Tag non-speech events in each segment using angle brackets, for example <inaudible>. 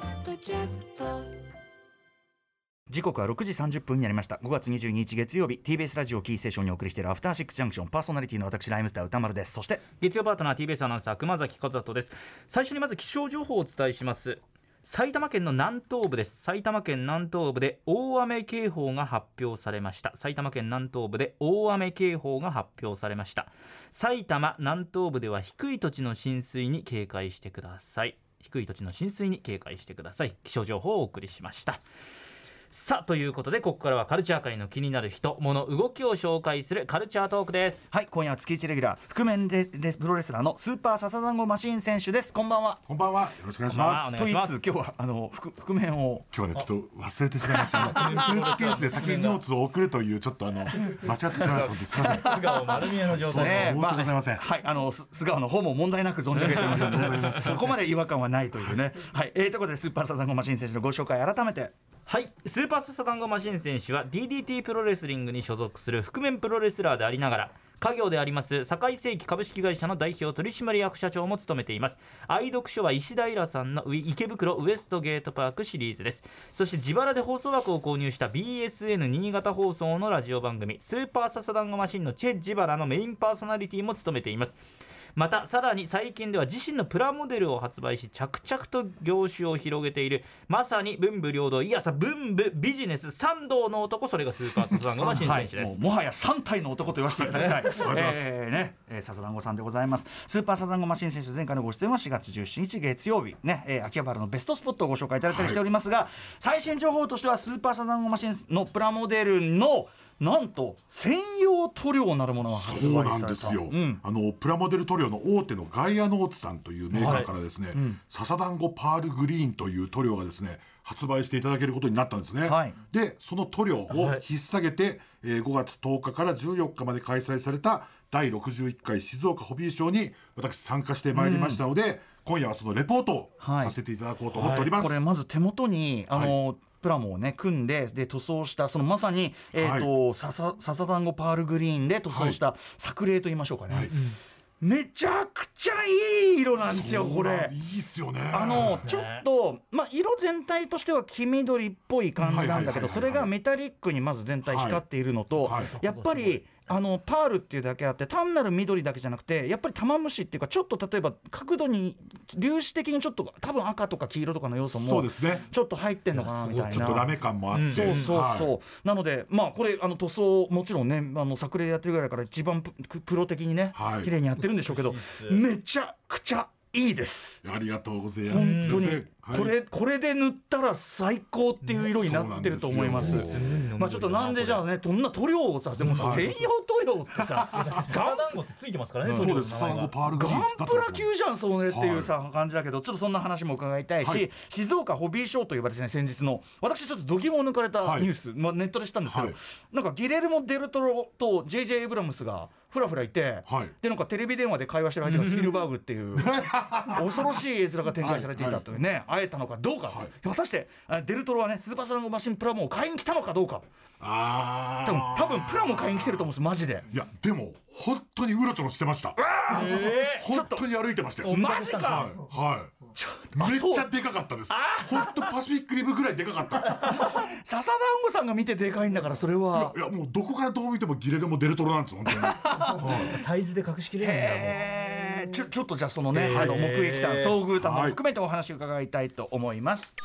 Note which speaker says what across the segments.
Speaker 1: ャスト
Speaker 2: 時刻は6時30分になりました5月22日月曜日 TBS ラジオキーステーションにお送りしているアフターシックスジャンクションパーソナリティの私ライムスター歌丸ですそして
Speaker 3: 月曜パートナー TBS アナウンサー熊崎和人です最初にまず気象情報をお伝えします埼玉県の南東部です埼玉県南東部で大雨警報が発表されました埼玉県南東部で大雨警報が発表されました埼玉南東部では低い土地の浸水に警戒してください低い土地の浸水に警戒してください気象情報をお送りしましたさあということでここからはカルチャー界の気になる人物動きを紹介するカルチャートークです
Speaker 2: はい今夜は月1レギュラー覆面レレプロレスラーのスーパーササダンゴマシーン選手ですこんばんは
Speaker 4: こんばんは。よろしくお願いしま
Speaker 3: こんば
Speaker 4: す。
Speaker 3: んはお願い
Speaker 2: と言い
Speaker 3: しま
Speaker 2: つ
Speaker 3: す
Speaker 2: つ今日はあの覆覆面を
Speaker 4: 今日はねちょっと忘れてしまいました。
Speaker 3: <laughs>
Speaker 4: あのスーツケースで先に荷物を送るというちょっとあの間違ってしまいましたので、すみません。
Speaker 3: 素顔丸見えの状
Speaker 4: そ
Speaker 3: 態
Speaker 4: うです申し訳ございません
Speaker 2: あはい、あのす素顔の方も問題なく存じ上げていますので、
Speaker 4: <laughs> ありがとうございます
Speaker 2: そこまで違和感はないというね。はい、えー、ということでスーパーサザンゴマシン選手のご紹介改めて。
Speaker 3: はいスーパーササダンゴマシン選手は DDT プロレスリングに所属する覆面プロレスラーでありながら家業であります堺世紀株式会社の代表取締役社長も務めています愛読書は石平さんのう池袋ウエストゲートパークシリーズですそして自腹で放送枠を購入した BSN 新潟放送のラジオ番組スーパーササダンゴマシンのチェ・ジバラのメインパーソナリティも務めていますまたさらに最近では自身のプラモデルを発売し着々と業種を広げているまさに文武両道いやさ文武ビジネス三道の男それがスーパーサザンゴマシン
Speaker 2: は
Speaker 3: 選
Speaker 2: い
Speaker 3: 手で、
Speaker 2: もう
Speaker 3: す。
Speaker 2: もはや3体の男と言わせていただきたい
Speaker 4: <laughs> とうございます
Speaker 2: えーねえー笹団子さんでございますスーパーサザンゴマシン選手前回のご出演は4月17日月曜日、ねえー秋葉原のベストスポットをご紹介いただいたりしておりますが、最新情報としてはスーパーサザンゴマシンのプラモデルのなんと専用塗料なるものが発
Speaker 4: そう
Speaker 2: 売
Speaker 4: な
Speaker 2: され
Speaker 4: ん
Speaker 2: た
Speaker 4: ですよ、
Speaker 2: うん
Speaker 4: あのプラモデル塗料の大手のガイアノーツさんというメーカーからですね、笹団子パールグリーンという塗料がですね発売していただけることになったんですね、
Speaker 2: はい
Speaker 4: でその塗料を
Speaker 3: はい
Speaker 4: 引っ提げて、えー5月10日から14日まで開催された第61回静岡ホビーショーに私参加してまいりましたので、今夜はそのレポートを
Speaker 2: はい
Speaker 4: させていただこうと思っております、
Speaker 2: これまず手元にあの、プラモをね組んでで塗装したそのまさに、えーと笹笹団子パールグリーンで塗装した作例と言いましょうかね、
Speaker 4: はい
Speaker 2: めちゃくちゃいい色なんですよこれ
Speaker 4: い。いっすよね
Speaker 2: あのちょっと、まあ、色全体としては黄緑っぽい感じなんだけど
Speaker 4: はいはいはいはい
Speaker 2: それがメタリックにまず全体光っているのと、
Speaker 4: はい
Speaker 2: やっぱりあのパールっていうだけあって単なる緑だけじゃなくてやっぱり玉虫っていうかちょっと例えば角度に粒子的にちょっと多分赤とか黄色とかの要素
Speaker 4: そう
Speaker 2: も
Speaker 4: ですね
Speaker 2: ちょっと入ってんのかなみたい
Speaker 4: ちょっとラ
Speaker 2: な。
Speaker 4: メ感もあって、
Speaker 2: そうそうそう、
Speaker 4: はい
Speaker 2: なのでまあこれあの塗装もちろんねあの作例やってるぐらいだから一番ププロ的にね、
Speaker 4: はい
Speaker 2: 綺麗にやってるんでしょうけどめちゃくちゃいいです。
Speaker 4: ありがとうございま
Speaker 2: 本
Speaker 4: す。
Speaker 2: 当に
Speaker 4: すいませんはい
Speaker 2: これこれで塗ったら最高っていう色になってると思います
Speaker 4: そうなんですよ。
Speaker 2: まあちょっとなんでじゃあねどんな塗料をさでもさ
Speaker 4: うん
Speaker 2: 専用塗料って
Speaker 4: <laughs>
Speaker 2: さガン
Speaker 3: 団子ってついてますからね
Speaker 4: そうです。サラゴパールグリーンだ
Speaker 2: ガン
Speaker 4: って
Speaker 2: プ
Speaker 4: ます
Speaker 2: ラ
Speaker 4: もん
Speaker 2: 級じゃんそれっていうさ、感じだけどちょっとそんな話も伺いたいし、
Speaker 4: はい
Speaker 2: 静岡ホビーショーといえばですね先日の私ちょっと度肝を抜かれた
Speaker 4: はい
Speaker 2: ニュース、まあ、ネットでしたんですけど、
Speaker 4: はい
Speaker 2: なんかギレルモ・デルトロと JJ エイブラムスがふらふらいて、
Speaker 4: はい
Speaker 2: でなんかテレビ電話で会話してる相手がスピルバーグっていう <laughs> 恐ろしい絵面が展開されていたというね、会えたのかどうか、
Speaker 4: はい
Speaker 2: 果たしてあデルトロはねスーパーサランゴマシンプラモを買いに来たのかどうか
Speaker 4: あ
Speaker 2: 多分
Speaker 4: あ。
Speaker 2: 多分プラモ買いに来てると思うんですマジで。
Speaker 4: いやでも本当にうろちょろしてました。本当に歩いてましたよ。
Speaker 2: マジか
Speaker 4: はいはい。
Speaker 2: ちょっと
Speaker 4: めっ
Speaker 2: そう
Speaker 4: ちゃでかかったです。本当パシフィックリブぐらいでか
Speaker 2: <laughs>
Speaker 4: かった。
Speaker 2: 笹団子さんが見てでかいんだからそれはい
Speaker 4: やもうどこからどう見てもギレルもデルトロなんですよ本当に。
Speaker 2: <laughs>
Speaker 4: はい
Speaker 3: サイズで隠しきれ
Speaker 2: えーちょちょっとじゃあそのね、
Speaker 4: ー
Speaker 2: あの目撃談遭遇談も
Speaker 4: はい
Speaker 2: 含めてお話を伺いたいと思います、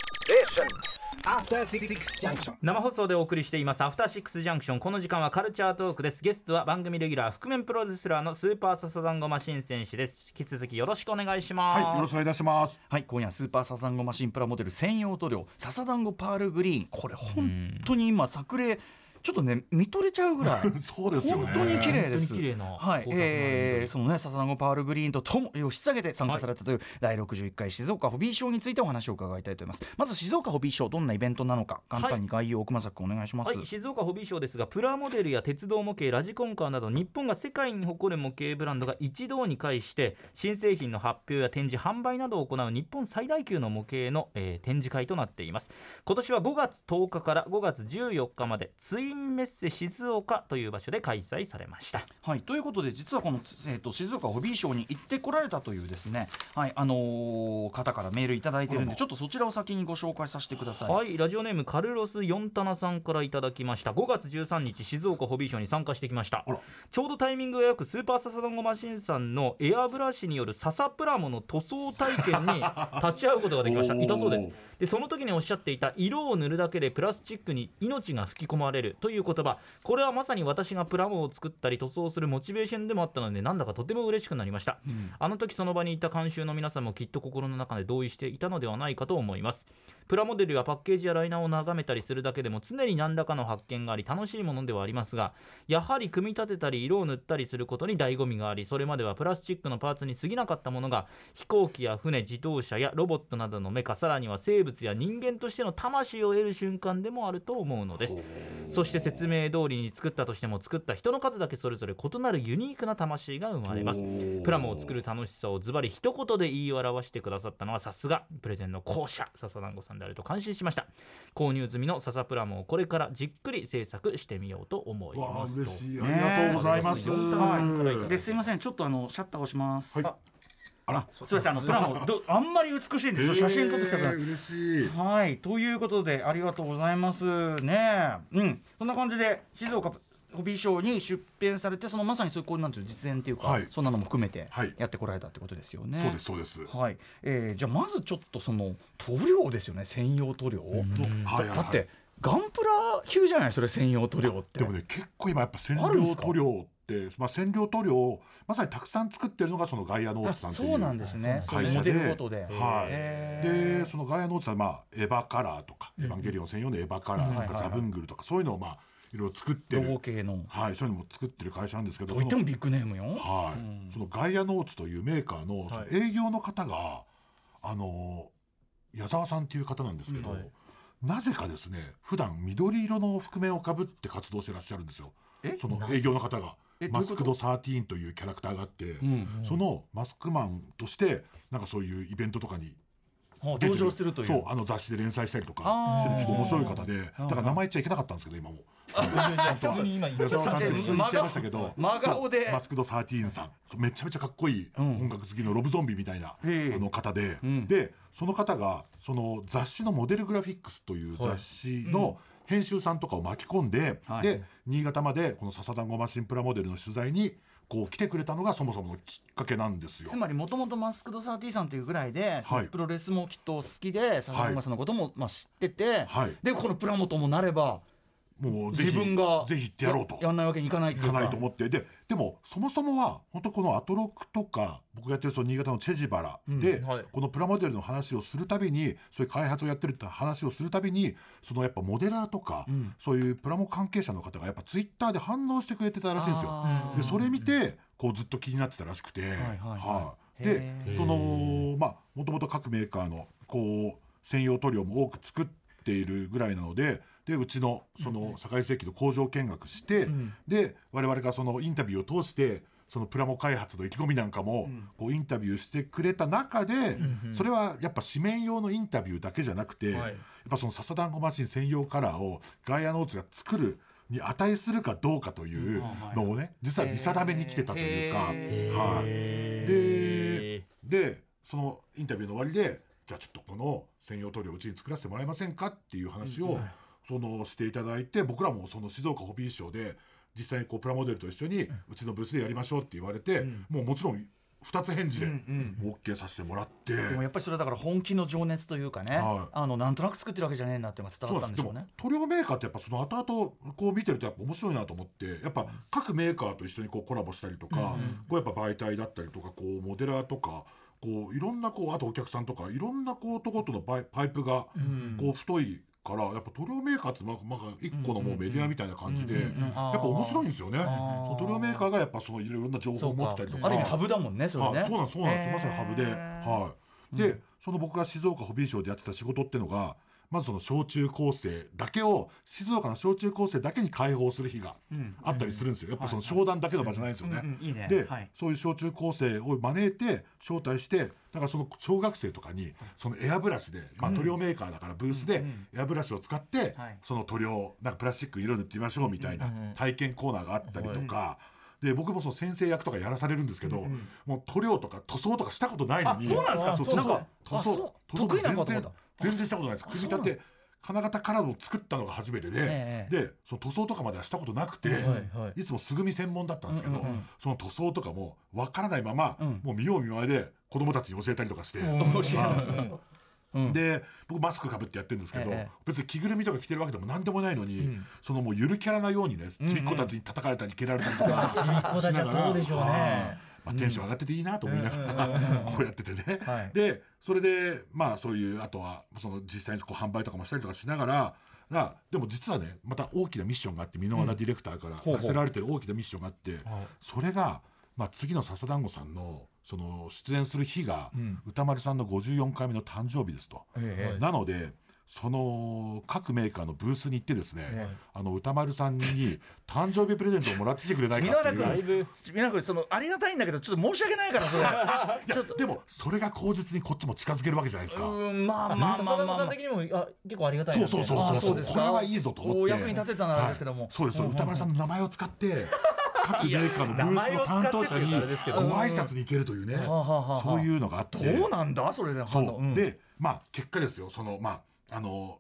Speaker 5: After Six Junction.
Speaker 3: 生放送でお送りしていますアフターシックスジャンクションこの時間はカルチャートークですゲストは番組レギュラー覆面プロデュースラーのスーパーササダンゴマシン選手です引き続きよろしくお願いします、
Speaker 4: はいよろしくお願いいたします。
Speaker 2: はい今夜はスーパーサザンゴマシンプラモデル専用塗料笹団子パールグリーンこれ本当に今作例ちょっとね見とれちゃうぐらい
Speaker 4: <laughs> そうですよね。
Speaker 2: 本当に綺麗です。
Speaker 3: 本当に綺麗な
Speaker 2: はい、
Speaker 3: 光沢のある
Speaker 2: えー、そのね、笹子パールグリーンととも、を引っ提げて参加されたという、第61回静岡ホビーショーについてお話を伺いたいと思います。まず静岡ホビーショー、どんなイベントなのか、簡単に概要を熊崎君お願いします。
Speaker 3: はい、静岡ホビーショーですがプラモデルや鉄道模型ラジコンカーなど日本が世界に誇る模型ブランドが一堂に会して新製品の発表や展示販売などを行う日本最大級の模型の、えー展示会となっています今年は5月10日から5月14日までツイインメッセ静岡という場所で開催されました
Speaker 2: はい、ということで実はこの、えー、と静岡ホビーショーに行ってこられたというですね、はいあのー方からメールいただいてるんでちょっとそちらを先にご紹介させてください。
Speaker 3: はい、ラジオネームカルロス・ヨンタナさんからいただきました5月13日静岡ホビーショーに参加してきました
Speaker 4: あら
Speaker 3: ちょうどタイミングがよくスーパーササダンゴマシンさんのエアブラシによる笹プラモの塗装体験
Speaker 4: <laughs>
Speaker 3: に立ち会うことができました
Speaker 4: おー
Speaker 3: いたそうですでその時におっしゃっていた色を塗るだけでプラスチックに命が吹き込まれるという言葉これはまさに私がプラモを作ったり塗装するモチベーションでもあったのでなんだかとても嬉しくなりました、あの時その場にいた監修の皆さんもきっと心の中で同意していたのではないかと思いますプラモデルやパッケージやライナーを眺めたりするだけでも常に何らかの発見があり楽しいものではありますがやはり組み立てたり色を塗ったりすることに醍醐味がありそれまではプラスチックのパーツに過ぎなかったものが飛行機や船自動車やロボットなどのメカさらには生物や人間としての魂を得る瞬間でもあると思うのですそして説明通りに作ったとしても作った人の数だけそれぞれ異なるユニークな魂が生まれますプラモを作る楽しさをズバリ一言で言い表してくださったのはさすがプレゼンの後者笹団子さんであると感心しました購入済みの笹プラモをこれからじっくり制作してみようと思い
Speaker 4: わあ
Speaker 3: ますと
Speaker 4: 嬉しいありがとうございます、
Speaker 3: ねえ
Speaker 2: で、すいません、ちょっとあのシャッターを押します。
Speaker 4: はい
Speaker 2: あ
Speaker 4: あら
Speaker 2: すいません、あのプラモ、ど、あんまり美しいんですよ。写真撮ってきたから
Speaker 4: えー。嬉しい
Speaker 2: はい、ということで、ありがとうございます。ねえ、うん、そんな感じで、静岡。ホビーショーに出展されて、そのまさにそういうこうなんていうの実演っていうか、
Speaker 4: はい
Speaker 2: そんなのも含めて
Speaker 4: はい
Speaker 2: やってこられたってことですよね。
Speaker 4: そうですそうです
Speaker 2: はい、えーじゃあまずちょっとその塗料ですよね専用塗料、
Speaker 4: はいはい
Speaker 2: だっ
Speaker 4: はい
Speaker 2: てガンプラ級じゃないそれ専用塗料って
Speaker 4: でもね結構今やっぱ染
Speaker 2: あるんで
Speaker 4: 料
Speaker 2: すか
Speaker 4: 塗料ってまあ染料塗料をまさにたくさん作ってるのがそのガイアノー
Speaker 2: あ
Speaker 4: ツさんっていう
Speaker 2: そうなんですねそういう
Speaker 4: 会
Speaker 2: モ
Speaker 4: 社
Speaker 2: デ
Speaker 4: で
Speaker 2: ルごとで、
Speaker 4: はい、
Speaker 2: へー
Speaker 4: でそのガイアノーツさん、まあ、エヴァカラーとか「エヴァンゲリオン専用のエヴァカラー」
Speaker 2: うん
Speaker 4: とか
Speaker 2: は
Speaker 4: 「
Speaker 2: いはいは
Speaker 4: ザ
Speaker 2: い
Speaker 4: ブングル」とかそういうのをまあいろいろ作って
Speaker 2: ロゴ
Speaker 4: る、
Speaker 2: 系の
Speaker 4: はい、そういうのも作ってる会社なんですけど
Speaker 2: といっても
Speaker 4: その
Speaker 2: ビッグネームよ
Speaker 4: はい
Speaker 2: うん
Speaker 4: そのガイアノーツというメーカーのその営業の方が、あの矢沢さんっていう方なんですけど、
Speaker 2: うんはい
Speaker 4: なぜかですね普段緑色の覆面をかぶって活動してらっしゃるんですよ
Speaker 2: え
Speaker 4: その営業の方が
Speaker 2: えどういうこと
Speaker 4: マスクド13というキャラクターがあって、
Speaker 2: うん
Speaker 4: そのマスクマンとしてなんかそういうイベントとかに
Speaker 2: あ
Speaker 4: 出て
Speaker 2: 登場するという
Speaker 4: そうあの雑誌で連載したりとか
Speaker 2: あ
Speaker 4: して
Speaker 2: ー
Speaker 4: るちょっと面白い方で
Speaker 2: うん
Speaker 4: だから名前言っちゃいけなかったんですけど今も
Speaker 3: 普通に今言いま
Speaker 4: 矢
Speaker 3: した
Speaker 4: 沢さんって普通に言っちゃいましたけど
Speaker 2: 真顔
Speaker 4: そう
Speaker 2: で
Speaker 4: マスクド13さんそうめちゃめちゃかっこいい
Speaker 2: うん
Speaker 4: 音楽好きのロブゾンビみたいなあ
Speaker 2: へえ
Speaker 4: の方で
Speaker 2: うん
Speaker 4: でその方がその雑誌の「モデルグラフィックス」という雑誌の編集さんとかを巻き込んで
Speaker 2: はい
Speaker 4: で新潟までこの笹団子マシンプラモデルの取材にこう来てくれたのがそもそものきっかけなんですよ
Speaker 2: つ。まりもともとマスクドサーティーさんというぐらいで、
Speaker 4: はい
Speaker 2: プロレスもきっと好きで佐々木さんのこともまあ知ってて、
Speaker 4: はい
Speaker 2: でこのプラモともなれば
Speaker 4: もうぜ
Speaker 2: 自
Speaker 4: ひ
Speaker 2: 分が
Speaker 4: ぜひ行ってやろうと。
Speaker 2: やんないわけにいかないって
Speaker 4: 行
Speaker 2: いう
Speaker 4: かないと思ってででもそもそもは本当このアトロックとか僕がやってるその新潟のチェジバラで、
Speaker 3: うんはい
Speaker 4: このプラモデルの話をするたびにそういう開発をやってるって話をするたびにそのやっぱモデラーとか、
Speaker 2: うん
Speaker 4: そういうプラモ関係者の方がやっぱツイッターで反応してくれてたらしいんですよ。
Speaker 2: あー
Speaker 4: でそれ見てこうずっと気になってたらしくて、はい
Speaker 2: はいはい
Speaker 4: で
Speaker 2: へ
Speaker 3: ー
Speaker 4: そのまあもともと各メーカーのこう専用塗料も多く作っているぐらいなのででうちのその堺世紀の工場見学して、
Speaker 2: ん
Speaker 4: で我々がそのインタビューを通してそのプラモ開発の意気込みなんかもこうインタビューしてくれた中で、それはやっぱ紙面用のインタビューだけじゃなくて、
Speaker 3: はい
Speaker 4: やっぱその笹団子マシン専用カラーをガイアノーツが作るに値するかどうかというのをね実は見定めに来てたというか、
Speaker 2: へー
Speaker 4: はい、ででそのインタビューの終わりでじゃあちょっとこの専用塗料をうちに作らせてもらえませんかっていう話を、そのしていただいて僕らもその静岡ホビーショーで実際にこうプラモデルと一緒にうちのブースでやりましょうって言われて、もうもちろん2つ返事で
Speaker 2: うん
Speaker 4: OK させてもらって。
Speaker 2: でもやっぱりそれはだから本気の情熱というかね、
Speaker 4: はい
Speaker 2: あのなんとなく作ってるわけじゃねえなっていうのが伝
Speaker 4: そ
Speaker 2: わ
Speaker 4: う
Speaker 2: った
Speaker 4: なん
Speaker 2: ん
Speaker 4: で
Speaker 2: ですし
Speaker 4: で
Speaker 2: ょう
Speaker 4: も
Speaker 2: ね。
Speaker 4: 塗料メーカーってやっぱその後々こう見てるとやっぱ面白いなと思ってやっぱ各メーカーと一緒にこうコラボしたりとか、こうやっぱ媒体だったりとかこうモデラーとかこういろんなこうあとお客さんとかいろんなこうとことのパイパイプがこう太いからやっぱ塗料メーカーってなんかなんか一個のもうメディアみたいな感じでやっ
Speaker 2: あー
Speaker 4: ぱ面白いんですよね。そ
Speaker 2: あー
Speaker 4: の塗料メーカーがやっぱそのいろんな情報
Speaker 2: そ
Speaker 4: を
Speaker 2: う
Speaker 4: 持っ
Speaker 2: か
Speaker 4: てたりとか。
Speaker 2: ある意味ハブだもんねそれね。
Speaker 4: あそうなんそうなんです、
Speaker 2: へー
Speaker 4: まさにハブで、はい、で、その僕が静岡ホビーショーでやってた仕事ってのがまずその小中高生だけを静岡の小中高生だけに開放する日が
Speaker 2: うん
Speaker 4: あったりするんですよやっぱその商談だけの場じゃないんですよね。
Speaker 2: いいね
Speaker 4: で、
Speaker 2: はい
Speaker 4: そういう小中高生を招いて招待してだからその小学生とかにそのエアブラシで、まあ、塗料メーカーだからブースでエアブラシを使って、
Speaker 2: はい
Speaker 4: その塗料なんかプラスチック色塗ってみましょうみたいな体験コーナーがあったりとか。で僕もその先生役とかやらされるんですけど、もう塗料とか塗装とかしたことないのに
Speaker 2: あそうなんですか
Speaker 4: そう
Speaker 2: そう
Speaker 4: 塗装
Speaker 2: あ
Speaker 4: 塗
Speaker 2: そう
Speaker 4: 装塗装
Speaker 2: 得意なのかと思っ
Speaker 4: 全然
Speaker 2: た
Speaker 4: 全然したことないです組み立て金型からの作ったのが初めてで、
Speaker 2: ええ
Speaker 4: でその塗装とかまではしたことなくて、
Speaker 3: はいはい
Speaker 4: いつも素組み専門だったんですけど、
Speaker 2: うんうんうん
Speaker 4: その塗装とかも分からないまま、
Speaker 2: うん
Speaker 4: もう見よう見まねで子供たちに教えたりとかして、
Speaker 2: 面白い
Speaker 4: は
Speaker 2: うん
Speaker 4: で僕マスクかぶってやってるんですけど、
Speaker 2: ええ
Speaker 4: 別に着ぐるみとか着てるわけでも何でもないのに、
Speaker 2: うん
Speaker 4: そのもうゆるキャラなようにねちびっ子たちに叩かれたり蹴られたりとかしながら、
Speaker 3: ちびっ子たちはそうでしょうね
Speaker 4: はいまあ、テンション上がってていいなと思いながら、 <laughs> こうやっててね。
Speaker 2: はい
Speaker 4: でそれでまあそういうあとはその実際にこう販売とかもしたりとかしながらがでも実はねまた大きなミッションがあって箕輪田ディレクターから
Speaker 2: ほうほ
Speaker 4: 課
Speaker 2: う
Speaker 4: せられてる大きなミッションがあって、それが、まあ、次の笹団子さんのその出演する日が、
Speaker 2: ん
Speaker 4: 歌丸さんの54回目の誕生日ですと。
Speaker 2: え
Speaker 4: なのでその各メーカーのブースに行ってですね、
Speaker 2: ええ
Speaker 4: あの歌丸さんに誕生日プレゼントをもらってきてくれない
Speaker 2: え箕
Speaker 4: か
Speaker 2: 輪
Speaker 4: って
Speaker 2: 田
Speaker 4: い
Speaker 2: <laughs>
Speaker 4: うい
Speaker 2: 君箕輪田君そのありがたいんだけどちょっと申し訳ない
Speaker 4: <laughs>
Speaker 2: からそれ
Speaker 4: や
Speaker 2: ちょっと
Speaker 4: でもそれが口実にこっちも近づけるわけじゃないですか。
Speaker 2: うんまあまあまあ
Speaker 3: 笹
Speaker 2: まあ
Speaker 3: 田
Speaker 2: ま
Speaker 3: 子
Speaker 2: あ
Speaker 3: さん的にもあ結構ありがたい
Speaker 4: そ
Speaker 3: な
Speaker 4: うそうそう
Speaker 2: あ
Speaker 4: そう
Speaker 2: そ
Speaker 4: そうう
Speaker 2: です
Speaker 4: こ
Speaker 2: か
Speaker 4: れはいいぞと思って
Speaker 2: お役に立てたならですけども
Speaker 4: はいそうです、
Speaker 2: うんうんうん
Speaker 4: 歌丸さんの名前を
Speaker 2: <laughs>
Speaker 4: 使って各メーカーのブースの担当者に
Speaker 3: 名
Speaker 4: ご
Speaker 3: 前を使ってっていうとあれ
Speaker 4: 挨拶に行けるというね、
Speaker 2: はあはあはあ
Speaker 4: そういうのがあって
Speaker 2: どうなんだそれで
Speaker 4: そ
Speaker 2: 反応
Speaker 4: う、
Speaker 2: ん
Speaker 4: でまあ結果ですよそのまああの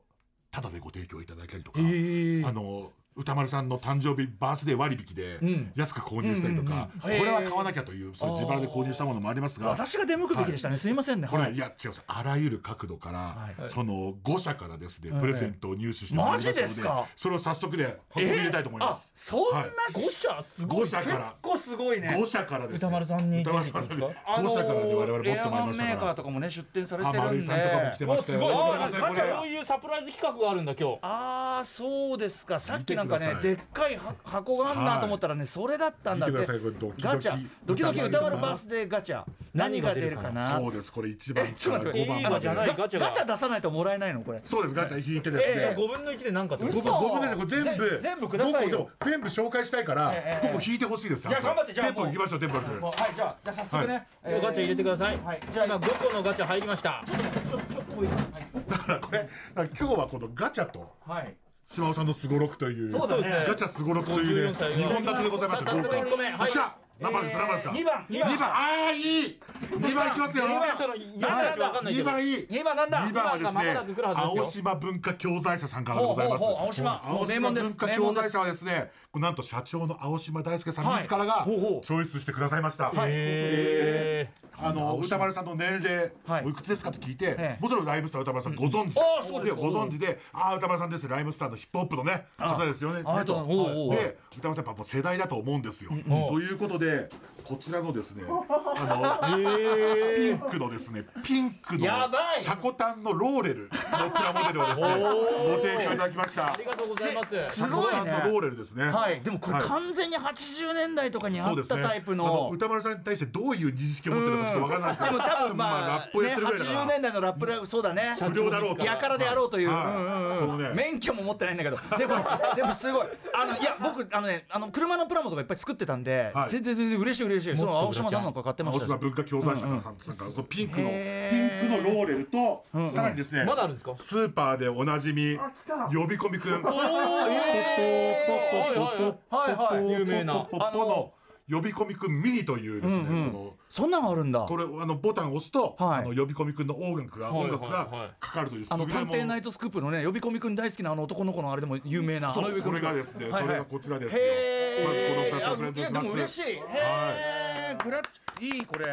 Speaker 4: ただでご提供いただいたりとか、
Speaker 2: ええ
Speaker 4: あの歌丸さんの誕生日バースデー割引で
Speaker 2: うん
Speaker 4: 安く購入したりとか、
Speaker 2: うんうんうん
Speaker 4: これは買わなきゃという、そういう自腹で購入したものもありますが
Speaker 2: 私が出向くべきでしたねすいませんね
Speaker 4: これ、
Speaker 2: はい
Speaker 4: い、や違うんですあらゆる角度から、
Speaker 2: はい
Speaker 4: その5社からですね、
Speaker 2: い
Speaker 4: プレゼントを入手してまいりましたの
Speaker 2: マジですか
Speaker 4: それを早速で運び入れたいと思います
Speaker 2: あ、そんな
Speaker 4: はい
Speaker 2: 五社す
Speaker 4: ごい五社から
Speaker 2: 結構すごいね
Speaker 4: 5社からです
Speaker 3: 歌丸さんに
Speaker 4: 歌丸さんに
Speaker 3: ぜひ行くんです
Speaker 2: あ
Speaker 4: 5
Speaker 2: の
Speaker 4: 社からで我々持っ
Speaker 2: ー、
Speaker 4: て
Speaker 2: エア
Speaker 4: ま
Speaker 2: ガ
Speaker 4: いり
Speaker 2: ンメ
Speaker 4: ました
Speaker 2: ーカー
Speaker 4: か
Speaker 2: とかもね出店され
Speaker 4: ら
Speaker 2: て
Speaker 4: あ丸
Speaker 2: る
Speaker 4: 井
Speaker 2: ん
Speaker 4: さんとかも来て
Speaker 2: で
Speaker 4: ま
Speaker 3: お
Speaker 4: した
Speaker 3: す
Speaker 4: よ
Speaker 3: ごい
Speaker 2: あ
Speaker 4: ごめんなさい
Speaker 3: ガチャそ
Speaker 4: こ
Speaker 3: う
Speaker 4: れ
Speaker 3: いうサプライズ企画があるんだ今日
Speaker 2: あーそうですかさっきなんかね
Speaker 4: 見
Speaker 2: で
Speaker 4: て
Speaker 2: っかいは箱があんなと思ったらね、それだったんだって
Speaker 4: 見てくださいこれドキドキ
Speaker 2: ガチャドキドキ歌
Speaker 4: 歌
Speaker 2: 丸バ
Speaker 4: 丸バ
Speaker 2: ー
Speaker 4: ー
Speaker 2: ス
Speaker 4: ス
Speaker 2: デーガチャ何が出るかな
Speaker 4: そうですこれ1番
Speaker 2: えちょ
Speaker 4: か
Speaker 2: っ
Speaker 4: ら
Speaker 2: と待って
Speaker 4: 5
Speaker 2: こ
Speaker 4: 番
Speaker 2: れ
Speaker 4: ま
Speaker 2: ガ
Speaker 4: で
Speaker 2: チ
Speaker 3: いい
Speaker 2: ャ
Speaker 3: ガチャが
Speaker 2: ガチャ出さないともらえないのこれ
Speaker 4: そうですガチャ引いてですね、
Speaker 2: ええ
Speaker 3: 5分の1で何かってこと
Speaker 4: 5
Speaker 2: 嘘
Speaker 4: 分5分ですよこれ全部
Speaker 2: ぜ全部くださいよ
Speaker 4: 僕でも全部紹介したいから、
Speaker 2: ええええ
Speaker 4: ここ引いてほしいですちゃんと
Speaker 2: じゃあ頑張ってじゃあ
Speaker 4: テンポ行きましょうテンポ行
Speaker 2: も
Speaker 4: く
Speaker 2: うはいじゃあじゃあ早速ね、
Speaker 4: は
Speaker 2: えー
Speaker 3: ガチャ入れてください、
Speaker 2: はいじ
Speaker 3: じ
Speaker 2: ゃあ
Speaker 3: ゃあ今5個のガチャ入りました
Speaker 2: ちょちょっと多い
Speaker 4: だからこれだから今日はこのガチャと
Speaker 2: はい、はい
Speaker 4: 島尾さんのすごろくという
Speaker 2: そうだね
Speaker 4: ガチャすごろくというね
Speaker 3: 54歳が
Speaker 4: 2本立てでございました
Speaker 3: さ
Speaker 4: 豪
Speaker 3: さすが
Speaker 4: 華
Speaker 3: にごめんはい
Speaker 4: 来た何番ですか何番ですか
Speaker 2: 2番2番
Speaker 4: 二番ああいい2番いきますよ
Speaker 2: 二番
Speaker 3: そのやつわかんないけ
Speaker 4: 2
Speaker 3: ど
Speaker 4: 番いい
Speaker 2: 2番なんだ
Speaker 4: 2番はです
Speaker 3: まだ
Speaker 4: ね
Speaker 3: まだ来るはずですよ
Speaker 4: 青島文化教材社さんからでございます
Speaker 2: ほうほうほう青島もう
Speaker 4: 青
Speaker 2: 名
Speaker 4: 島
Speaker 2: 門で
Speaker 4: 文
Speaker 2: す
Speaker 4: 化教材社はですねこうなんと社長の青島大輔さん自らが
Speaker 2: ほうほう
Speaker 4: チョイスしてくださいました
Speaker 2: はい
Speaker 3: え
Speaker 4: あの歌丸さんの年齢、
Speaker 2: はい
Speaker 4: おいくつですかと聞いて、
Speaker 2: ええ
Speaker 4: もちろんライブスター歌丸さんご存知、
Speaker 2: ああそうですか
Speaker 4: ご存知で、ああ歌丸さんですライブスターのヒップホップのね方ですよね。
Speaker 2: あ
Speaker 4: ね
Speaker 2: とおうおうおう
Speaker 4: で歌丸さんやっぱもう世代だと思うんですよ。ということでこちらのです
Speaker 2: <laughs>
Speaker 4: ねあの、ピンクのですねピンクの
Speaker 2: やばい
Speaker 4: シャコタンのローレルのプラモデルをですねご提供いただきました
Speaker 3: あり。がとうございます
Speaker 2: す
Speaker 4: シャコ
Speaker 2: ごい
Speaker 4: タン
Speaker 2: ね
Speaker 4: のローレルですね。
Speaker 2: はい、でもこれ
Speaker 4: はい
Speaker 2: 完全に80年代とかにあ
Speaker 4: そう
Speaker 2: っ
Speaker 4: です
Speaker 2: た
Speaker 4: ね
Speaker 2: タイプ
Speaker 4: あの
Speaker 2: の。
Speaker 4: 歌丸さんに対してどういう認識を持ってるのかちょっとわからないですけ
Speaker 2: で
Speaker 4: ど
Speaker 2: も多分まあ、
Speaker 4: ラップをや
Speaker 2: ね、
Speaker 4: ってるぐらいだから
Speaker 2: 80年代のラップラ、そうだね。
Speaker 4: 不良だろうと
Speaker 2: やからでやろうという、
Speaker 4: はい
Speaker 2: うんうんうん
Speaker 4: このね
Speaker 2: 免許も持ってないんだけど、でも、でもすごい、あの、いや、僕、あのね、あの車のプラモとかいっぱい作ってたんで。
Speaker 4: はい
Speaker 2: 全然全然嬉しい嬉しい、その青島さんなんか買ってま
Speaker 4: 青
Speaker 2: した
Speaker 4: 島
Speaker 2: し。
Speaker 4: 文化共産者からさんとさんからこのピンクのピン
Speaker 2: へー
Speaker 4: クのローレルとさらにですね
Speaker 3: まだあるんですか
Speaker 4: スーパーでおなじみ呼び込みくんポッポ
Speaker 2: え
Speaker 4: ッポッポッポ
Speaker 2: はい
Speaker 4: ッポ
Speaker 2: はい
Speaker 4: ッポッポッポッポッポッ
Speaker 3: 有名な
Speaker 4: ポッポの呼び込みくんミニというですねこの
Speaker 2: ーそんなのあるんだ。
Speaker 4: これあのボタンを押すと
Speaker 2: はい
Speaker 4: あの呼び込みくんの音楽が
Speaker 3: はい
Speaker 4: 音楽
Speaker 3: はいはい
Speaker 4: がかかるという
Speaker 2: あの
Speaker 4: 優れ
Speaker 2: 探
Speaker 4: もの
Speaker 2: 偵ナイトスクープのね、呼び込み君大好きなあの男の子のあれでも有名な。あ
Speaker 4: そ
Speaker 2: の呼
Speaker 4: う
Speaker 2: び
Speaker 4: こ
Speaker 2: 込み
Speaker 4: れ
Speaker 2: 君
Speaker 4: がですね
Speaker 2: はい
Speaker 4: それがこちらですよまずこの2つをプレゼント
Speaker 2: いやで
Speaker 4: します
Speaker 2: も嬉しい。へえ、これはいいこれ。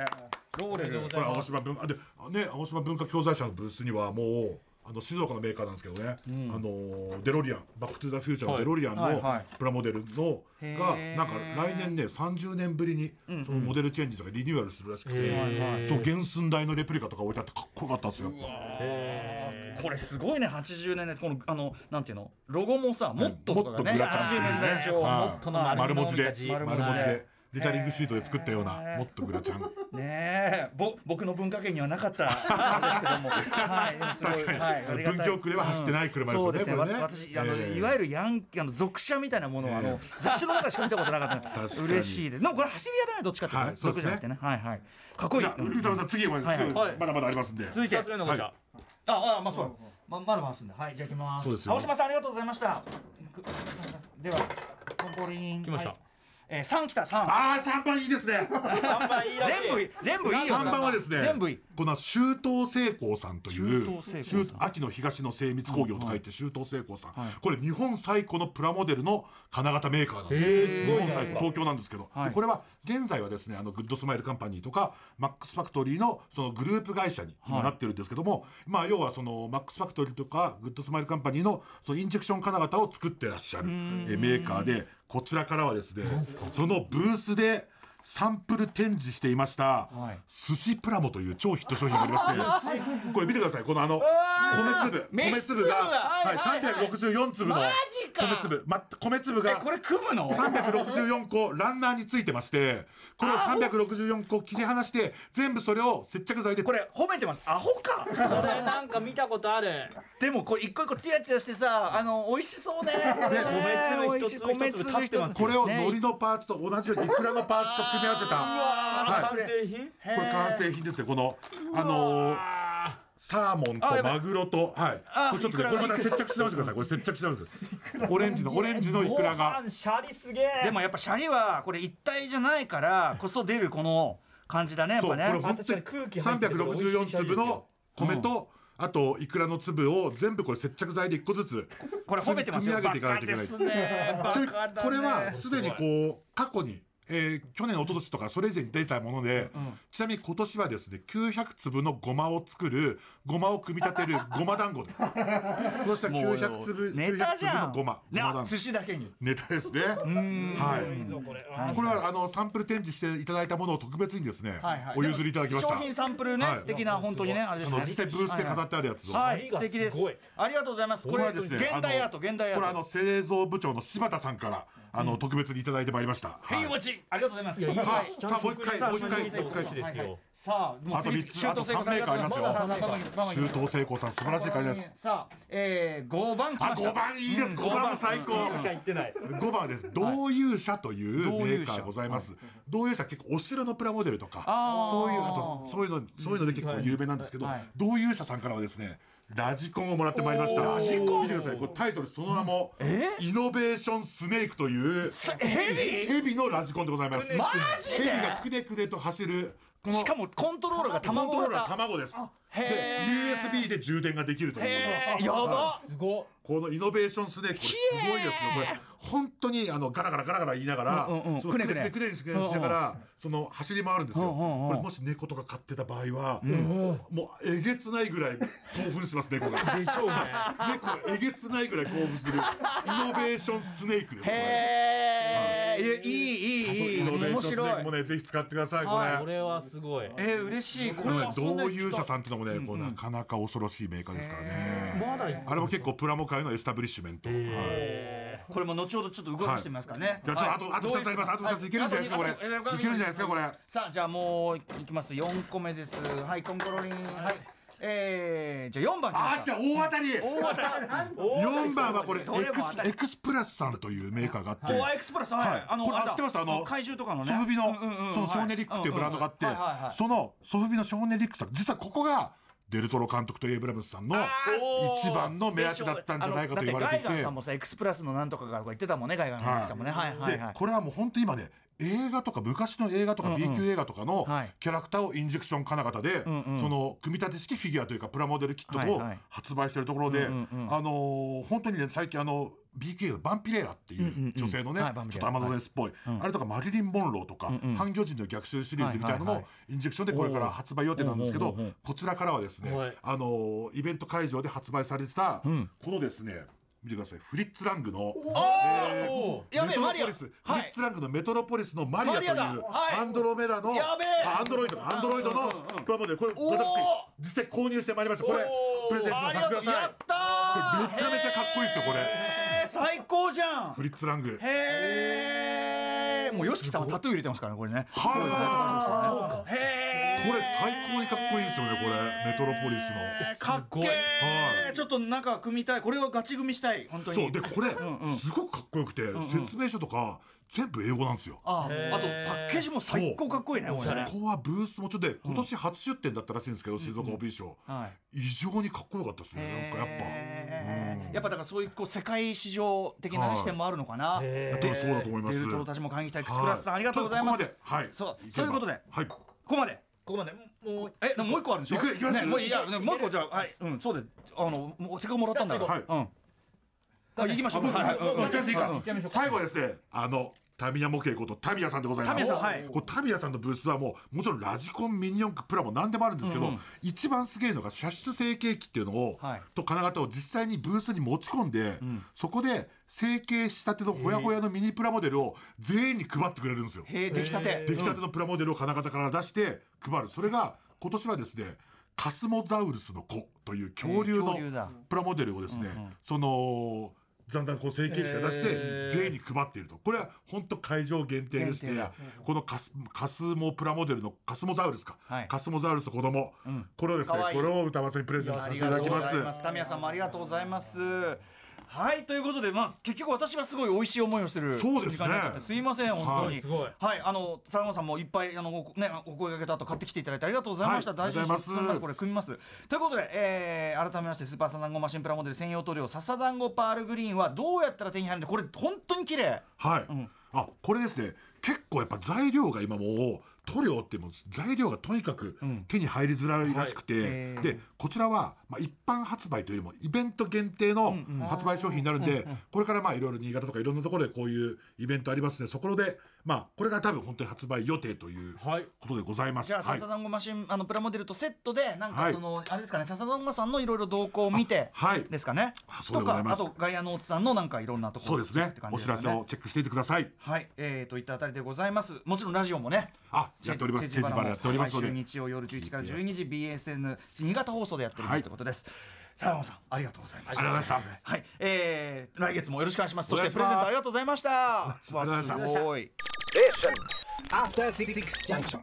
Speaker 2: ローレル。
Speaker 4: これ青島文化であね青島文化教材社のブースにはもうあの静岡のメーカーなんですけどね、あのデロリアンバック・トゥ・ザ・フューチャーの
Speaker 3: はい
Speaker 4: デロリアン
Speaker 2: はい
Speaker 4: の
Speaker 2: はい
Speaker 4: プラモデルのが
Speaker 2: へー
Speaker 4: なんか来年ね30年ぶりにそのモデルチェンジとかリニューアルするらしくて、
Speaker 3: へー
Speaker 4: その原寸大のレプリカとか置いてあってかっこよかったんですよやっぱ
Speaker 2: これすごいね、80年代このあのなんていうの、ロゴもさ、もっと
Speaker 4: も
Speaker 2: と
Speaker 4: っ
Speaker 2: か
Speaker 4: と
Speaker 2: が
Speaker 4: グ
Speaker 2: ね、
Speaker 4: ラチャンって
Speaker 2: 80
Speaker 4: いう
Speaker 2: 年代
Speaker 4: ね
Speaker 2: 調、も
Speaker 4: はい
Speaker 2: っとの
Speaker 4: 丸文字で
Speaker 3: 丸
Speaker 2: 文
Speaker 4: 丸
Speaker 2: 字
Speaker 4: 文字でレタリングシートで作ったようなもっとグラちゃん
Speaker 2: ねえ、ぼ僕の文化圏にはなかったんですけども、はい、すごい、はい、ありがた
Speaker 4: 文京区では走ってない車です
Speaker 2: そう
Speaker 4: よね
Speaker 2: ですね。
Speaker 4: これね
Speaker 2: わ私あの、
Speaker 4: ええ
Speaker 2: いわゆるヤンキーあの属車みたいなものを、あ
Speaker 4: え
Speaker 2: の
Speaker 4: え
Speaker 2: 雑誌の中しか見たことなかったの
Speaker 4: 確
Speaker 2: で
Speaker 4: かに
Speaker 2: 嬉しいです。でもこれ走り屋だねどっちかっていうと、
Speaker 4: はいそう
Speaker 2: 属
Speaker 4: です
Speaker 2: じゃ
Speaker 4: ね
Speaker 2: なくてね、はいはい、かっこいい。
Speaker 4: じゃあ
Speaker 2: うん
Speaker 4: 歌丸さん次へ参りま
Speaker 2: はい
Speaker 4: す
Speaker 3: はい
Speaker 4: まだまだありますんで
Speaker 2: 続いて、
Speaker 3: 2つ目のこちら
Speaker 4: は
Speaker 2: ああまあそうだ、ままだ回すんで、はいじゃあ行きます。
Speaker 4: そうですよ
Speaker 2: 青島さんありがとうございました。くではポンポリーン。
Speaker 3: 来ました
Speaker 2: はいえー三来た三。
Speaker 4: ああ三番いいですね
Speaker 3: 3番いいらしい
Speaker 2: 全部いい全部いいよ。
Speaker 4: 三番はですね
Speaker 2: 全部いい。
Speaker 4: この周東成功さんという
Speaker 2: 周東成功さん
Speaker 4: 周秋の東の精密工業と書いて周東成功さん、これ日本最古のプラモデルの金型メーカーなんですよ
Speaker 3: へー
Speaker 4: 日本最古東京なんですけど、
Speaker 2: はい
Speaker 4: でこれは現在はですねあのグッドスマイルカンパニーとかマックスファクトリーのそのグループ会社に今なってるんですけども、まあ要はそのマックスファクトリーとかグッドスマイルカンパニーのそのインジェクション金型を作ってらっしゃるえーメーカーでこちらからはですねそのブースでサンプル展示していました、
Speaker 2: はい
Speaker 4: 寿司プラモという超ヒット商品がありま
Speaker 2: <laughs>
Speaker 4: して、これ見てください、このあの米粒、米
Speaker 2: 飯粒
Speaker 4: 粒
Speaker 2: だ
Speaker 4: が、は
Speaker 3: はい
Speaker 4: い、
Speaker 3: はいはい
Speaker 4: 364粒の
Speaker 2: マジか
Speaker 4: 米粒、ま、米粒
Speaker 2: え
Speaker 4: が
Speaker 2: これ組むの？
Speaker 4: 364個ランナーについてまして、これを364個切り離して、全部それを接着剤で、
Speaker 2: これ褒めてます。アホか。
Speaker 3: これなんか見たことある
Speaker 2: <laughs> でもこれ一個一個ツヤツヤしてさ、あの美味しそうね。
Speaker 3: 米粒
Speaker 2: 美味しい
Speaker 3: 一つ
Speaker 2: 米
Speaker 3: 一つ
Speaker 2: 粒
Speaker 3: 立ってます
Speaker 4: これを
Speaker 2: ね
Speaker 4: 海苔のパーツと同じようにいくらのパーツと組み合わせた、
Speaker 2: あ
Speaker 4: は
Speaker 3: 完
Speaker 2: ー
Speaker 3: 成品
Speaker 4: い、これ完成品ですね、この、あのー
Speaker 3: あ
Speaker 4: サーモンとマグロと、はい
Speaker 2: あ、
Speaker 4: これちょっとね、これまた接着し直してください。これ接着し直してください。オレンジの、オレンジのイクラが。
Speaker 3: シャリすげえ
Speaker 2: でもやっぱシャリはこれ一体じゃないからこそ出るこの感じだねやっ
Speaker 4: そう、
Speaker 2: ぱ
Speaker 4: これ
Speaker 2: ね。
Speaker 4: 本当に
Speaker 3: 確かに空気入
Speaker 4: 三
Speaker 3: ってる
Speaker 4: 百
Speaker 3: から
Speaker 4: 六十四粒の米と、あとイクラの粒を全部これ接着剤で一個ずつ。
Speaker 2: これ褒めてますよ。
Speaker 4: 積み上げていかないといけない
Speaker 2: バカですね。バ
Speaker 4: ちなみに
Speaker 2: カだね。
Speaker 4: これはすでにこう過去に。えー去年一昨年とかそれ以前に出たもので、ちなみに今年はですね900粒のごまを作るごまを組み立てるごま団子で今年は900粒
Speaker 2: ネ
Speaker 4: 900
Speaker 2: タじ
Speaker 4: 粒
Speaker 2: ゃ
Speaker 4: の
Speaker 2: ん。
Speaker 4: ごまごま団
Speaker 2: な
Speaker 4: 子
Speaker 2: 寿司だけに。
Speaker 4: ネタですねはい
Speaker 3: いいぞこれ
Speaker 4: これはあのサンプル展示していただいたものを特別にですね、
Speaker 2: はいはい
Speaker 4: お譲りいただきました。
Speaker 2: 商品サンプルね
Speaker 4: はい
Speaker 2: 的な本当にねあれで
Speaker 4: あ
Speaker 2: す
Speaker 4: の
Speaker 2: ね。
Speaker 4: 実際ブースで飾ってあるやつを。
Speaker 2: は
Speaker 3: あ
Speaker 2: い
Speaker 3: りが
Speaker 2: 素敵です
Speaker 3: すごい
Speaker 2: ありがとうございます。こ
Speaker 4: これ
Speaker 2: れ
Speaker 4: はですね、
Speaker 2: 現代アート
Speaker 4: あの
Speaker 2: 現代ア
Speaker 4: これあ
Speaker 2: ー
Speaker 4: の
Speaker 2: ト。
Speaker 4: 製造部長の柴田さんからあの特別にいただいてまいりました。
Speaker 2: ヘイ
Speaker 4: は
Speaker 2: ウォッチありがとうございます。
Speaker 3: やいい
Speaker 4: さ
Speaker 3: はい
Speaker 4: あさあもう一回
Speaker 3: さあ
Speaker 4: もう一回
Speaker 3: さあ
Speaker 4: もう一回
Speaker 3: さあですよ
Speaker 2: さあもう
Speaker 4: あと
Speaker 2: 次
Speaker 4: 三
Speaker 2: 々
Speaker 4: つ
Speaker 2: 周到成功さん
Speaker 4: あと三名かありますよ
Speaker 2: さあさあさあさあ
Speaker 4: い。周東成功さん素晴らしい感じです。
Speaker 2: さあ、えー、5番来
Speaker 4: あ
Speaker 2: ました
Speaker 4: 五番いいです。
Speaker 2: うん
Speaker 4: 五番も最高。
Speaker 3: しか言ってない
Speaker 4: 五番はです。同友社という
Speaker 2: 同
Speaker 4: メ
Speaker 2: 友社
Speaker 4: ーカーございます。同友社結構お城のプラモデルとか
Speaker 2: あー
Speaker 4: そういうあとそういうのそういうので結構有名なんですけど
Speaker 2: はい、
Speaker 4: 同友社さんからはですね。ラジコンをもらってまいりました。
Speaker 2: ラジコン
Speaker 4: 見てください。これタイトルその名も、
Speaker 2: え
Speaker 4: イノベーションスネークという
Speaker 2: ヘ
Speaker 4: ヘビのラジコンでございます。
Speaker 2: ビマジ
Speaker 4: ヘビが
Speaker 2: で
Speaker 4: くねくねと走る。この
Speaker 2: しかもコントロールが
Speaker 4: コント
Speaker 2: 卵
Speaker 4: ローラー
Speaker 2: 型
Speaker 4: 卵です。で
Speaker 2: へー
Speaker 4: USB で充電ができるという。
Speaker 2: えーやば
Speaker 3: すご
Speaker 4: このイノベーションスネーク、これすごいですね。これ、本当に、あの、ガラガラガラガラ言いながら
Speaker 2: うんうんうん、
Speaker 4: その
Speaker 2: く
Speaker 4: く
Speaker 2: ね
Speaker 4: ね
Speaker 2: く
Speaker 4: く
Speaker 2: ね
Speaker 4: ねくねしながら、その、走り回るんです
Speaker 2: う
Speaker 4: よ。
Speaker 2: んうんうん
Speaker 4: これ、もし猫とか飼ってた場合は、もう、えげつないぐらい興奮します、猫が。
Speaker 2: <laughs>
Speaker 3: いでしょうね
Speaker 4: 猫がえげつないぐらい興奮する、イノベーションスネークです。これ
Speaker 2: へえいいいいいい
Speaker 4: イノベー
Speaker 2: 面
Speaker 4: ションスネー
Speaker 2: 白
Speaker 4: ク
Speaker 2: い
Speaker 4: もね、ぜひ使ってください、こ
Speaker 2: は
Speaker 4: れ。
Speaker 2: い
Speaker 3: これはすごい
Speaker 2: えー、嬉しいこれはそんな
Speaker 4: 同
Speaker 2: に
Speaker 4: 友社さんっていうのもね、こうなかなか恐ろしいメーカーですからね。
Speaker 3: まだ言って
Speaker 4: あれも結構プラモ界のエスタブリッシュメント。はい
Speaker 2: これも後ほどちょっと動かしてみますからね、
Speaker 4: じゃあちょっとあとあと
Speaker 2: どう
Speaker 4: 二つあります。あと二ついけるんじゃないですかこれ。
Speaker 2: あ
Speaker 4: い
Speaker 2: と
Speaker 4: け
Speaker 2: あ
Speaker 4: る
Speaker 2: とあと
Speaker 4: んじゃないですかこれ。
Speaker 2: さあじゃあもういきます4個目ですはいコンコロリンはいえー、じゃあ4番来ま
Speaker 4: あ
Speaker 2: し
Speaker 4: ー
Speaker 2: た
Speaker 4: 来た大当たり。
Speaker 2: 大当たり
Speaker 4: 四番はこれエ
Speaker 2: どれも
Speaker 4: ク
Speaker 2: 当
Speaker 4: ス
Speaker 2: たり
Speaker 4: エクスプラスさんというメーカーがあって。
Speaker 2: オアエクスプラスはい、
Speaker 4: はい
Speaker 2: あの
Speaker 4: これ
Speaker 2: あんだ
Speaker 4: 知ってますあの
Speaker 2: 怪獣とかのね
Speaker 4: ソフビの
Speaker 2: うんうんうん
Speaker 4: そのショーネリックっていうブランドがあって
Speaker 2: はいはいはい
Speaker 4: そのソフビのショーネリックさん実はここがデルトロ監督とエイブラムスさんの一番の目当てだったんじゃないかと言われて
Speaker 2: あのだってガ
Speaker 4: い
Speaker 2: イガン
Speaker 4: て
Speaker 2: さんもさエクスプラスのなんとかがとか言ってたもんねガイガンさんもね、はい、はいはい
Speaker 4: でこれはもう本当今ね映画とか昔の映画とか B 級映画とかの
Speaker 2: はい
Speaker 4: キャラクターをインジェクション金型で、
Speaker 2: んうん
Speaker 4: その組み立て式フィギュアというかプラモデルキッ
Speaker 2: は
Speaker 4: ト
Speaker 2: い
Speaker 4: を
Speaker 2: はい
Speaker 4: 発売してるところで、
Speaker 2: うんうんうん
Speaker 4: あのー本当にね最近あの B 級映画バンピレーラって
Speaker 2: んうんう
Speaker 4: い
Speaker 2: ん
Speaker 4: う女性のね、
Speaker 2: はいバンピ
Speaker 4: ちょ
Speaker 2: レーラ
Speaker 4: っとアマゾネスっぽい、あれとかマリリン・モンローとか、
Speaker 2: うんうん
Speaker 4: 半魚人の逆襲シリーズみたいなの
Speaker 2: はいはい
Speaker 4: のインジェクションでこれから発売予定なんですけ
Speaker 2: おーお
Speaker 4: ど
Speaker 2: ーおーおー
Speaker 4: こちらからはですね、
Speaker 3: はい
Speaker 4: あのーイベント会場で発売されてた、
Speaker 2: ん
Speaker 4: このですね見てくださいフリッツ・ラングの、
Speaker 2: あ
Speaker 4: えー
Speaker 3: お
Speaker 2: ーやべ
Speaker 4: メ
Speaker 2: え
Speaker 4: トロ
Speaker 2: マリア
Speaker 4: ポリス、
Speaker 2: は
Speaker 4: フリ
Speaker 2: い
Speaker 4: ッツランクのメトロポリスのマリアとい
Speaker 2: マリアだ
Speaker 4: う
Speaker 2: はい
Speaker 4: アンドロメダの、
Speaker 2: やべえ
Speaker 4: あアンドロイドかアンドロイドのプラモデルこれ
Speaker 2: おー
Speaker 4: 私実際購入してまいりましたこれ
Speaker 3: おー
Speaker 4: プレゼント
Speaker 2: あ
Speaker 4: さ
Speaker 2: り
Speaker 4: せ
Speaker 2: が
Speaker 4: て
Speaker 2: と
Speaker 4: く
Speaker 2: う
Speaker 4: ださ
Speaker 2: や
Speaker 4: い
Speaker 2: ったー
Speaker 4: これめちゃめちゃかっこいいですよこれ
Speaker 2: へえ最高じゃん
Speaker 4: フリッツ・ラング
Speaker 2: へえもう YOSHIKI さんはタトゥー入れてますからねこれね
Speaker 4: は
Speaker 2: へ
Speaker 4: い
Speaker 2: え
Speaker 4: これ最高にかっこいいんですよねこれメトロポリスの
Speaker 2: かっけ
Speaker 4: すごいは
Speaker 2: え
Speaker 4: い
Speaker 2: ちょっと中組みたいこれはガチ組みしたい本当に
Speaker 4: そうでこれ
Speaker 2: んうん
Speaker 4: すごくかっこよくて説明書とか全部英語なんですよ
Speaker 2: ああ
Speaker 3: へえ
Speaker 2: あとパッケージも最高かっこいいねこれね
Speaker 4: ここはブースもちょっとで今年初出店だったらしいんですけど静岡 OB 賞
Speaker 2: はい
Speaker 4: 異常にかっこよかったですねなんかやっぱうん
Speaker 2: やっぱだからそういうこう世界市場的なね
Speaker 4: はい
Speaker 2: 視点もあるのかな
Speaker 3: へえ
Speaker 2: デ
Speaker 4: やっぱりそうだと思います
Speaker 2: ルトロたちも会議したいクスプラスさんありがとうございます
Speaker 4: はここまではい
Speaker 2: そうそういうことで
Speaker 4: はい
Speaker 2: ここまで
Speaker 3: ここまでもう
Speaker 2: えでももう一個あるんでしょ
Speaker 4: いくいきます
Speaker 2: ねもういいやねもう一個じゃあはいうんそうであのもうせっかくもらったんだから
Speaker 4: はい
Speaker 2: うんあ行きましょうはいはいうん
Speaker 4: もう一回やっていいか
Speaker 2: うん
Speaker 4: 最後はですねあのタミヤ模型ことタミヤさんでございま
Speaker 2: タ
Speaker 4: す
Speaker 2: ミヤさんはい
Speaker 4: こうタミヤさんのブースはもうもちろんラジコンミニ四駆プラも何でもあるんですけど、一番すげえのが射出成形機っていうのを、
Speaker 2: はい
Speaker 4: と金型を実際にブースに持ち込んで、そこで成形したてのほやほやのミニプラモデルを全員に配ってくれるんですよ。
Speaker 2: へえ出来たて
Speaker 4: 出来たてのプラモデルを金型から出して配るそれが今年はですねカスモザウルスの子という恐竜
Speaker 2: えー
Speaker 4: の
Speaker 2: 恐竜だ
Speaker 4: プラモデルをですね、そのだんだんこう成形機から出して全員に配っているとこれは本当会場限定でして、
Speaker 2: 限定だ
Speaker 4: このカスカスモプラモデルのカスモザウルスか、
Speaker 2: はい
Speaker 4: カスモザウルスの子供、これをですね
Speaker 2: かわいい
Speaker 4: これを歌わせにプレゼントさ
Speaker 2: あ
Speaker 4: せて
Speaker 2: り
Speaker 4: い
Speaker 2: が
Speaker 4: た
Speaker 2: と
Speaker 4: だ
Speaker 2: うご
Speaker 4: きま
Speaker 2: ざ
Speaker 4: す
Speaker 2: います。タミヤさんもありがとうございます。はいということで、まあ、結局私がすごい美味しい思いをする
Speaker 4: そうですね
Speaker 2: 時間になっちゃってすいません本当に、
Speaker 3: はいすごい
Speaker 2: はいあの佐野さんもいっぱいあのご,、ね、お声掛けと後買ってきていただいてありがとうございました、
Speaker 4: はい
Speaker 2: 大事に
Speaker 4: ありがとうございます
Speaker 2: これ組みますということで、えー改めましてスーパーサダンゴマシンプラモデル専用塗料笹団子パールグリーンはどうやったら手に入るんでこれ本当に綺麗
Speaker 4: はい、あこれですね結構やっぱ材料が今もう塗料ってもう材料がとにかく手に入りづらいらしくて、
Speaker 2: ー
Speaker 4: でこちらは、まあ、一般発売というよりもイベント限定の発売商品になるんで、これからまあいろいろ新潟とかいろんなところでこういうイベントありますねそこでまあこれが多分本当に発売予定という
Speaker 3: はい
Speaker 4: ことでございます。
Speaker 2: じゃあ
Speaker 4: はい
Speaker 2: 笹団子マシンあのプラモデルとセットでなん
Speaker 4: は
Speaker 2: か
Speaker 4: い
Speaker 2: その、あれですかね笹団子さんのいろいろ動向を見て
Speaker 4: あはい
Speaker 2: ですかね、
Speaker 4: あ
Speaker 2: と
Speaker 4: そうでござ
Speaker 2: か
Speaker 4: いま
Speaker 2: あ
Speaker 4: す
Speaker 2: とガイアノーツさんのなんかいろんなところ
Speaker 4: そうですね
Speaker 2: って感
Speaker 4: お
Speaker 2: じ
Speaker 4: 知
Speaker 2: から
Speaker 4: せをチェックしていてください。
Speaker 2: はい、えー、といったあたりでございます。もちろんラジオもね。
Speaker 4: あやっております
Speaker 2: チェジバ
Speaker 4: チェジバラ
Speaker 2: ラ
Speaker 4: やっておりますので
Speaker 2: 毎週日曜夜11時から12時 BSN 新潟放送でやっておりますということです。さあ、さん、ありがとうございました。
Speaker 4: ありがとうございまし
Speaker 2: はい、えー、来月もよろしくお願いします。そし
Speaker 4: お願
Speaker 2: て
Speaker 4: いし
Speaker 2: プ
Speaker 4: ま
Speaker 2: レ
Speaker 4: す
Speaker 2: ゼントありがとうございました。
Speaker 4: ありがとうございました
Speaker 2: わすごい。
Speaker 5: After Six Junction.